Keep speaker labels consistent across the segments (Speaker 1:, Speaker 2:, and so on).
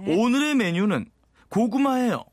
Speaker 1: 네.
Speaker 2: 오늘의 메뉴는 고구마예요.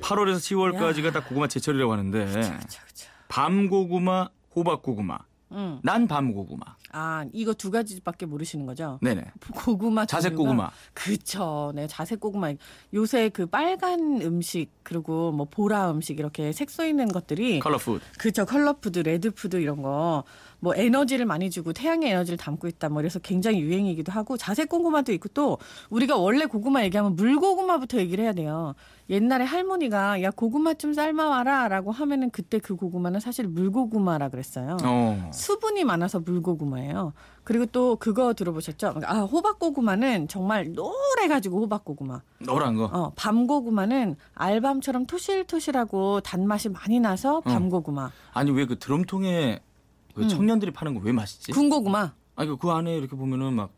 Speaker 2: 8월에서 10월까지가 딱 고구마 제철이라고 하는데
Speaker 1: 그쵸, 그쵸.
Speaker 2: 밤 고구마, 호박 고구마,
Speaker 1: 음.
Speaker 2: 난 밤 고구마.
Speaker 1: 아, 이거 두 가지밖에 모르시는 거죠?
Speaker 2: 네네.
Speaker 1: 고구마
Speaker 2: 자색
Speaker 1: 종류가-
Speaker 2: 고구마.
Speaker 1: 그쵸. 네, 자색 고구마. 요새 그 빨간 음식 그리고 뭐 보라 음식 이렇게 색소 있는 것들이
Speaker 2: 컬러푸드.
Speaker 1: 그쵸. 컬러푸드, 레드푸드 이런 거 뭐 에너지를 많이 주고 태양의 에너지를 담고 있다. 뭐 그래서 굉장히 유행이기도 하고 자색 고구마도 있고 또 우리가 원래 고구마 얘기하면 물고구마부터 얘기를 해야 돼요. 옛날에 할머니가 야 고구마 좀 삶아 와라라고 하면은 그때 그 고구마는 사실 물고구마라 그랬어요.
Speaker 2: 어.
Speaker 1: 수분이 많아서 물고구마예요. 그리고 또 그거 들어보셨죠? 아, 호박고구마는 정말 노래가지고 호박고구마.
Speaker 2: 노란 거.
Speaker 1: 어, 밤고구마는 알밤처럼 토실토실하고 단맛이 많이
Speaker 2: 어.
Speaker 1: 나서 밤고구마.
Speaker 2: 아니 왜 그 드럼통에 그
Speaker 1: 음.
Speaker 2: 청년들이 파는 거 왜 맛있지?
Speaker 1: 군고구마.
Speaker 2: 아니 그- 그 안에 이렇게 보면은 막그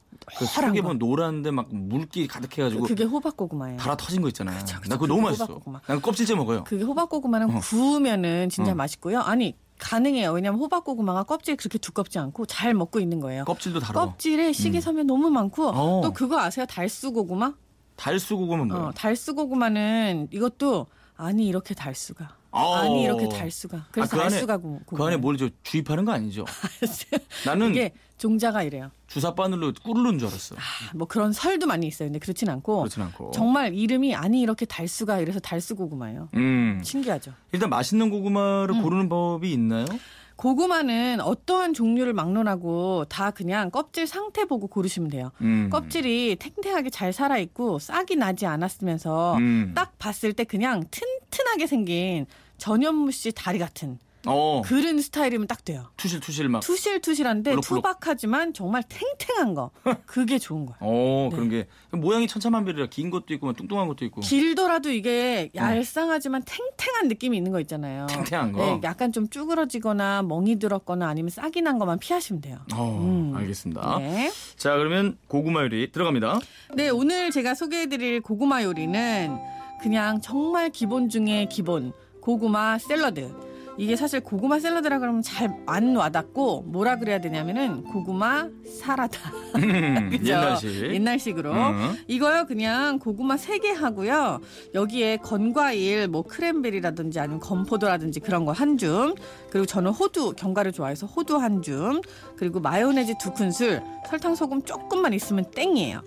Speaker 1: 노란
Speaker 2: 속에
Speaker 1: 거.
Speaker 2: 보면 노란데 막 물기 가득해가지고
Speaker 1: 그게 호박고구마예요.
Speaker 2: 달아 터진 거 있잖아요.
Speaker 1: 그쵸, 그쵸.
Speaker 2: 나 그거
Speaker 1: 그게
Speaker 2: 너무 맛있어.
Speaker 1: 호박고구마.
Speaker 2: 난 껍질째 먹어요.
Speaker 1: 그게 호박고구마는
Speaker 2: 어.
Speaker 1: 구우면은 진짜
Speaker 2: 어.
Speaker 1: 맛있고요. 아니, 가능해요. 왜냐면 호박고구마가 껍질이 그렇게 두껍지 않고 잘 먹고 있는 거예요.
Speaker 2: 껍질도 달아.
Speaker 1: 껍질에 식이섬유 너무 많고
Speaker 2: 음. 어.
Speaker 1: 또 그거 아세요? 달수고구마?
Speaker 2: 달수고구마 뭐야?
Speaker 1: 어, 달수고구마는 이것도 아니 이렇게 달수가
Speaker 2: 어.
Speaker 1: 아니 이렇게 달수가 그래서
Speaker 2: 그 안에-
Speaker 1: 달수가 고구마
Speaker 2: 그 안에 뭘 저 주입하는 거 아니죠? 나는
Speaker 1: 이게 종자가 이래요
Speaker 2: 주사 바늘로 꿀른 줄 알았어.
Speaker 1: 아, 뭐 그런 설도 많이 있어요 근데 그렇진 않고
Speaker 2: 그렇진 않고.
Speaker 1: 정말 이름이 아니 이렇게 달수가 이래서 달수고구마예요
Speaker 2: 음.
Speaker 1: 신기하죠
Speaker 2: 일단 맛있는 고구마를
Speaker 1: 음.
Speaker 2: 고르는 법이 있나요?
Speaker 1: 고구마는 어떠한 종류를 막론하고 다 그냥 껍질 상태 보고 고르시면 돼요
Speaker 2: 음.
Speaker 1: 껍질이 탱탱하게 잘 살아있고 싹이 나지 않았으면서
Speaker 2: 음.
Speaker 1: 어, 딱 봤을 때 그냥 튼튼하게 생긴 전현무 씨 다리 같은
Speaker 2: 어.
Speaker 1: 그런 스타일이면 딱 돼요.
Speaker 2: 투실투실 막.
Speaker 1: 투실투실한데
Speaker 2: 어. 블록블록.
Speaker 1: 투박하지만 정말 탱탱한 거. 그게 좋은 거야.
Speaker 2: 어,
Speaker 1: 네.
Speaker 2: 그런 게 모양이 천차만별이라 긴 것도 있고 막 뚱뚱한 것도 있고
Speaker 1: 길더라도 이게 얄쌍하지만 탱탱한 느낌이 있는 거 있잖아요.
Speaker 2: 음. 탱탱한 거.
Speaker 1: 네, 약간 좀 쭈그러지거나 멍이 들었거나 아니면 싹이 난 것만 피하시면 돼요.
Speaker 2: 어,
Speaker 1: 음.
Speaker 2: 알겠습니다.
Speaker 1: 네.
Speaker 2: 자, 그러면 고구마 요리 들어갑니다.
Speaker 1: 네, 오늘 제가 소개해드릴 고구마 요리는 그냥 정말 기본 중에 기본 고구마 샐러드. 이게 사실 고구마 샐러드라 그러면 잘 안 와닿고 뭐라 그래야 되냐면은 고구마 사라다. 그죠?
Speaker 2: 음, 옛날식.
Speaker 1: 옛날식으로.
Speaker 2: 예? 음.
Speaker 1: 이거요 그냥 고구마 세 개 하고요 여기에 건과일 뭐 크랜베리라든지 아니면 건포도라든지 그런 거 한 줌 그리고 저는 호두 견과류 좋아해서 호두 한 줌 그리고 마요네즈 두 큰술 설탕 소금 조금만 있으면 땡이에요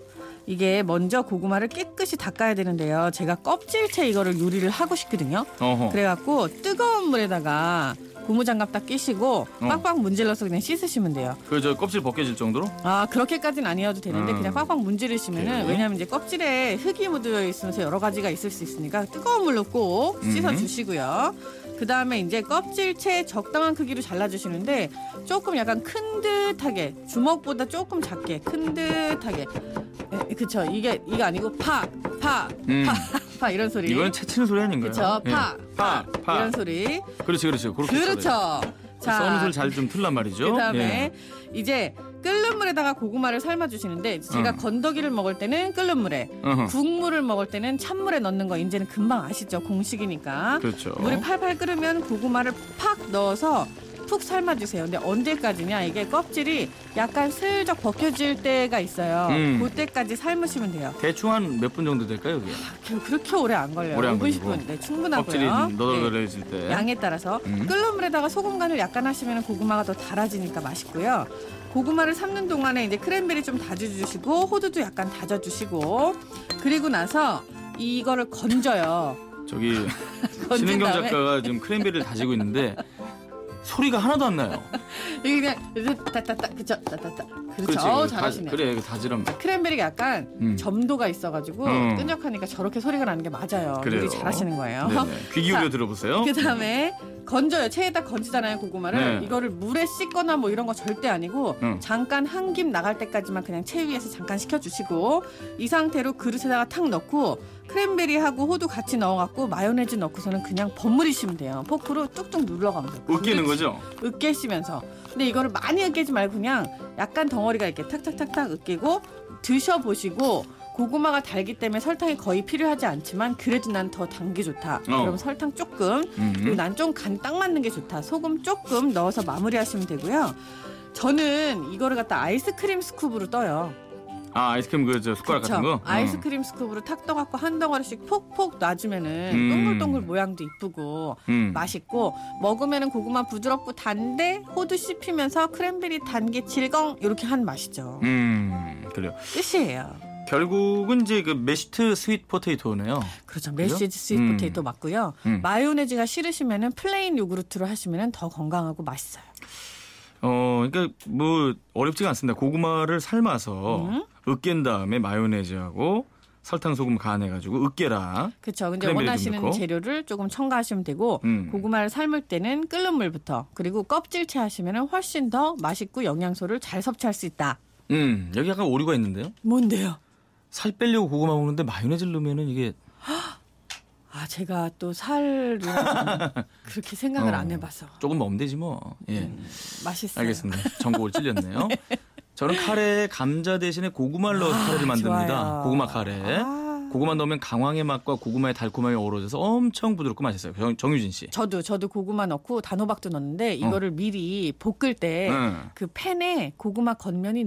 Speaker 1: 이게 먼저 고구마를 깨끗이 닦아야 되는데요 제가 껍질째 이거를 요리를 하고 싶거든요
Speaker 2: 어허.
Speaker 1: 그래갖고 뜨거운 물에다가 고무장갑 딱 끼시고 빡빡 문질러서 그냥 씻으시면 돼요
Speaker 2: 그 저 껍질 벗겨질 정도로?
Speaker 1: 아 그렇게까지는 아니어도 되는데
Speaker 2: 음. 네.
Speaker 1: 그냥 빡빡 문지르시면은
Speaker 2: 오케이.
Speaker 1: 왜냐면 이제 껍질에 흙이 묻어 있으면서 여러 가지가 있을 수 있으니까 뜨거운 물로 꼭
Speaker 2: 음.
Speaker 1: 씻어 주시고요. 그 다음에 이제 껍질채 적당한 크기로 잘라주시는데 조금 약간 큰 듯하게 주먹보다 조금 작게 큰 듯하게 에, 그쵸 이게 이게 아니고 파파파
Speaker 2: 음.
Speaker 1: 이런 소리
Speaker 2: 이거는 채치는 소리 아닌가요?
Speaker 1: 그쵸
Speaker 2: 예.
Speaker 1: 파, 파,
Speaker 2: 파, 파.
Speaker 1: 이런 소리
Speaker 2: 그렇지, 그렇지. 그렇게 써야 돼.
Speaker 1: 그렇죠
Speaker 2: 써는
Speaker 1: 자
Speaker 2: 소리 잘 좀 틀란 말이죠. 예.
Speaker 1: 그다음에 이제 끓는 물에다가 고구마를 삶아 주시는데 제가
Speaker 2: 음.
Speaker 1: 건더기를 먹을 때는 끓는 물에
Speaker 2: 예. 어허.
Speaker 1: 국물을 먹을 때는 찬물에 넣는 거 이제는 금방 아시죠 공식이니까
Speaker 2: 그렇죠.
Speaker 1: 물이 팔팔 끓으면 고구마를 팍 넣어서 푹 삶아 주세요. 근데 언제까지냐 이게 껍질이 약간 슬쩍 벗겨질 때가 있어요.
Speaker 2: 음.
Speaker 1: 그때까지 삶으시면 돼요. 아,
Speaker 2: 대충 한 몇 분 정도 될까요, 여기?
Speaker 1: 그렇게- 그렇게 오래 안 걸려요.
Speaker 2: 오래 안
Speaker 1: 5분
Speaker 2: 걸리고.
Speaker 1: 10분 네, 충분하고요.
Speaker 2: 껍질이
Speaker 1: 네.
Speaker 2: 너덜너덜해질 때.
Speaker 1: 양에 따라서
Speaker 2: 음.
Speaker 1: 끓는 물에다가 소금 간을 약간 하시면 고구마가 더 달아지니까 맛있고요. 고구마를 삶는 동안에 이제 크랜베리 좀 다져주시고 호두도 약간 다져주시고 그리고 나서 이거를 건져요.
Speaker 2: 저기
Speaker 1: 건진
Speaker 2: 신은경
Speaker 1: 다음에
Speaker 2: 작가가 지금 크랜베리를 다지고 있는데 소리가 하나도 안 나요.
Speaker 1: 이게 그냥 이렇게 따따따 그쵸 따따따 그렇죠.
Speaker 2: 그렇지.
Speaker 1: 어우,
Speaker 2: 다-
Speaker 1: 잘하시네요.
Speaker 2: 그래, 이거 다지람.
Speaker 1: 크랜베리가 약간
Speaker 2: 음.
Speaker 1: 점도가 있어가지고
Speaker 2: 음.
Speaker 1: 끈적하니까 저렇게 소리가 나는 게 맞아요.
Speaker 2: 그래요.
Speaker 1: 요리 잘하시는 거예요.
Speaker 2: 네네. 귀 기울여
Speaker 1: 자,
Speaker 2: 들어보세요.
Speaker 1: 그 다음에 건져요. 체에다 건지잖아요, 고구마를.
Speaker 2: 네.
Speaker 1: 이거를 물에 씻거나 뭐 이런 거 절대 아니고
Speaker 2: 응.
Speaker 1: 잠깐 한 김 나갈 때까지만 그냥 체 위에서 잠깐 식혀주시고 이 상태로 그릇에다가 탁 넣고 크랜베리하고 호두 같이 넣어갖고 마요네즈 넣고서는 그냥 버무리시면 돼요. 포크로 뚝뚝 눌러가면 돼요.
Speaker 2: 음. 웃기는 거죠?
Speaker 1: 으깨시면서. 근데 이거를 많이 으깨지 말고 그냥 약간 덩어리가 이렇게 탁탁탁탁 으깨고 드셔보시고 고구마가 달기 때문에 설탕이 거의 필요하지 않지만 그래도 난 더 단 게 좋다.
Speaker 2: 어.
Speaker 1: 그럼 설탕 조금
Speaker 2: 음.
Speaker 1: 난 좀 간 딱 맞는 게 좋다. 소금 조금 넣어서 마무리하시면 되고요. 저는 이거를 갖다 아이스크림 스쿱으로 떠요.
Speaker 2: 아 아이스크림 그 저 숟가락
Speaker 1: 그쵸?
Speaker 2: 같은 거.
Speaker 1: 아이스크림 스쿱으로 탁 떠갖고 한 덩어리씩 폭폭 놔주면은
Speaker 2: 음.
Speaker 1: 동글동글 모양도 이쁘고
Speaker 2: 음.
Speaker 1: 맛있고 먹으면은 고구마 부드럽고 단데 호두 씹히면서 크랜베리 단게 질겅 이렇게 한 맛이죠.
Speaker 2: 음, 그래요.
Speaker 1: 끝이에요.
Speaker 2: 결국은 이제 그 메시트 스윗 포테이토네요.
Speaker 1: 그렇죠.
Speaker 2: 그래요?
Speaker 1: 메시지 스윗
Speaker 2: 음.
Speaker 1: 포테이토 맞고요.
Speaker 2: 음.
Speaker 1: 마요네즈가 싫으시면은 플레인 요구르트로 하시면은 더 건강하고 맛있어요.
Speaker 2: 어, 그러니까 뭐 어렵지가 않습니다. 고구마를 삶아서
Speaker 1: 음.
Speaker 2: 으깬 다음에 마요네즈하고 설탕 소금 간해가지고 으깨라.
Speaker 1: 그렇죠. 근데
Speaker 2: 크랜베리 좀
Speaker 1: 원하시는
Speaker 2: 넣고.
Speaker 1: 재료를 조금 첨가하시면 되고
Speaker 2: 음.
Speaker 1: 고구마를 삶을 때는 끓는 물부터 그리고 껍질째 하시면은 훨씬 더 맛있고 영양소를 잘 섭취할 수 있다.
Speaker 2: 음, 여기 약간 오류가 있는데요.
Speaker 1: 뭔데요?
Speaker 2: 살 빼려고 고구마 먹는데 마요네즈를 넣으면은 이게
Speaker 1: 아 제가 또 살을 그렇게 생각을
Speaker 2: 어.
Speaker 1: 안 해봐서
Speaker 2: 조금 먹으면 되지 뭐. 예.
Speaker 1: 음. 맛있어요.
Speaker 2: 알겠습니다.
Speaker 1: 네.
Speaker 2: 전곡을 찔렸네요. 저는 카레에 감자 대신에 고구마를 넣어서 카레를 만듭니다.
Speaker 1: 아, 좋아요.
Speaker 2: 고구마 카레.
Speaker 1: 아.
Speaker 2: 고구마 넣으면 강황의 맛과 고구마의 달콤함이 어우러져서 엄청 부드럽고 맛있어요. 정, 정유진 씨.
Speaker 1: 저도 저도 고구마 넣고 단호박도 넣는데 이거를 미리 볶을 때 그
Speaker 2: 어. 응.
Speaker 1: 팬에 고구마 겉면이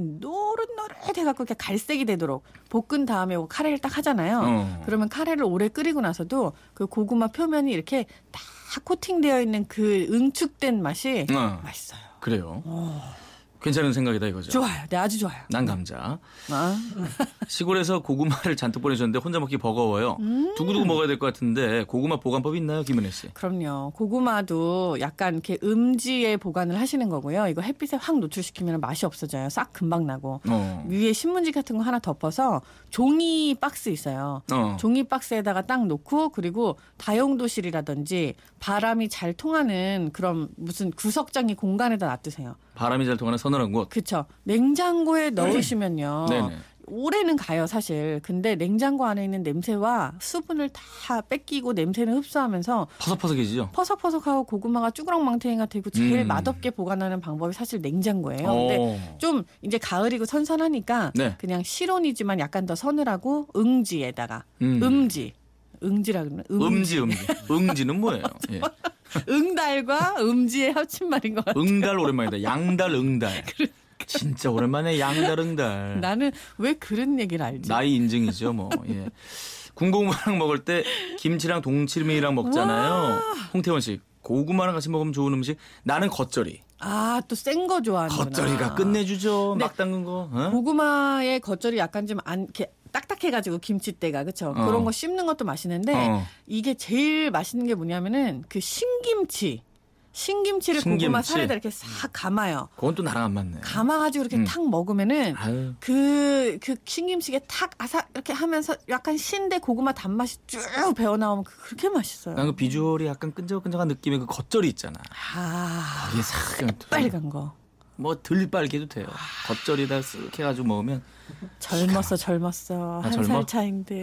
Speaker 1: 노릇노릇해갖고 이렇게 갈색이 되도록 볶은 다음에 요 카레를 딱 하잖아요.
Speaker 2: 어.
Speaker 1: 그러면 카레를 오래 끓이고 나서도 그 고구마 표면이 이렇게 딱 코팅되어 있는 그 응축된 맛이
Speaker 2: 어,
Speaker 1: 맛있어요.
Speaker 2: 그래요. 괜찮은 생각이다 이거죠.
Speaker 1: 좋아요. 네, 아주 좋아요.
Speaker 2: 난 감자.
Speaker 1: 아,
Speaker 2: 시골에서 고구마를 잔뜩 보내줬는데 혼자 먹기 버거워요.
Speaker 1: 음.
Speaker 2: 두고두고 먹어야 될 것 같은데 고구마 보관법 이 있나요, 김은혜 씨?
Speaker 1: 그럼요. 고구마도 약간 이렇게 음지에 보관을 하시는 거고요. 이거 햇빛에 확 노출시키면 맛이 없어져요. 싹 금방 나고.
Speaker 2: 어.
Speaker 1: 위에 신문지 같은 거 하나 덮어서 종이 박스 있어요.
Speaker 2: 어.
Speaker 1: 종이 박스에다가 딱 놓고 그리고 다용도실이라든지 바람이 잘 통하는 그런 무슨 구석장이 공간에다 놔두세요.
Speaker 2: 바람이 잘 통하는 서늘한 곳.
Speaker 1: 그쵸. 냉장고에 넣으시면요.
Speaker 2: 네. 네네.
Speaker 1: 오래는 가요, 사실. 근데 냉장고 안에 있는 냄새와 수분을 다 뺏기고 냄새는 흡수하면서
Speaker 2: 퍼석퍼석해지죠.
Speaker 1: 퍼석퍼석하고 고구마가 쭈그렁망태기가 되고 제일
Speaker 2: 음.
Speaker 1: 맛없게 보관하는 방법이 사실 냉장고예요. 네, 근데
Speaker 2: 어.
Speaker 1: 좀 이제 가을이고 선선하니까
Speaker 2: 네.
Speaker 1: 그냥 실온이지만 약간 더 서늘하고 응지에다가
Speaker 2: 음.
Speaker 1: 음지. 응지라 그러면 음,
Speaker 2: 음지 음지 응지는 뭐예요? 예.
Speaker 1: 응달과 음지의 합친 말인 것 같아요.
Speaker 2: 응달 오랜만이다. 양달 응달.
Speaker 1: 그러니까.
Speaker 2: 진짜 오랜만에 양달 응달.
Speaker 1: 나는 왜 그런 얘기를
Speaker 2: 네.
Speaker 1: 알지?
Speaker 2: 나이 인증이죠 뭐. 예. 군고구마랑 먹을 때 김치랑 동치미랑 먹잖아요. 홍태원 씨 고구마랑 같이 먹으면 좋은 음식 나는 겉절이.
Speaker 1: 아, 또 센 거 좋아하는구나.
Speaker 2: 겉절이가 끝내주죠.
Speaker 1: 네.
Speaker 2: 막 담근 거. 어?
Speaker 1: 고구마의 겉절이 약간 좀 안, 이렇게 딱딱해가지고 김치대가 그쵸?
Speaker 2: 어.
Speaker 1: 그런 거 씹는 것도 맛있는데
Speaker 2: 어.
Speaker 1: 이게 제일 맛있는 게 뭐냐면은 그 신김치. 신김치를 고구마
Speaker 2: 신김치.
Speaker 1: 살에다 이렇게 싹 감아요.
Speaker 2: 그건 또 나랑 안 맞네.
Speaker 1: 감아가지고 이렇게
Speaker 2: 음.
Speaker 1: 탁 먹으면은
Speaker 2: 아유.
Speaker 1: 그, 그 신김치게 탁 아삭 이렇게 하면서 약간 신데 고구마 단맛이 쭉 배어나오면 그- 그렇게 맛있어요.
Speaker 2: 난그 비주얼이 약간 끈적끈적한 느낌의 그 겉절이 있잖아.
Speaker 1: 아,
Speaker 2: 이게 싹
Speaker 1: 빨간 거.
Speaker 2: 뭐덜 빨개도 돼요. 겉절이다 쓱 해가지고 먹으면
Speaker 1: 젊었어, 젊었어.
Speaker 2: 아,
Speaker 1: 한
Speaker 2: 젊어?
Speaker 1: 살 차인데.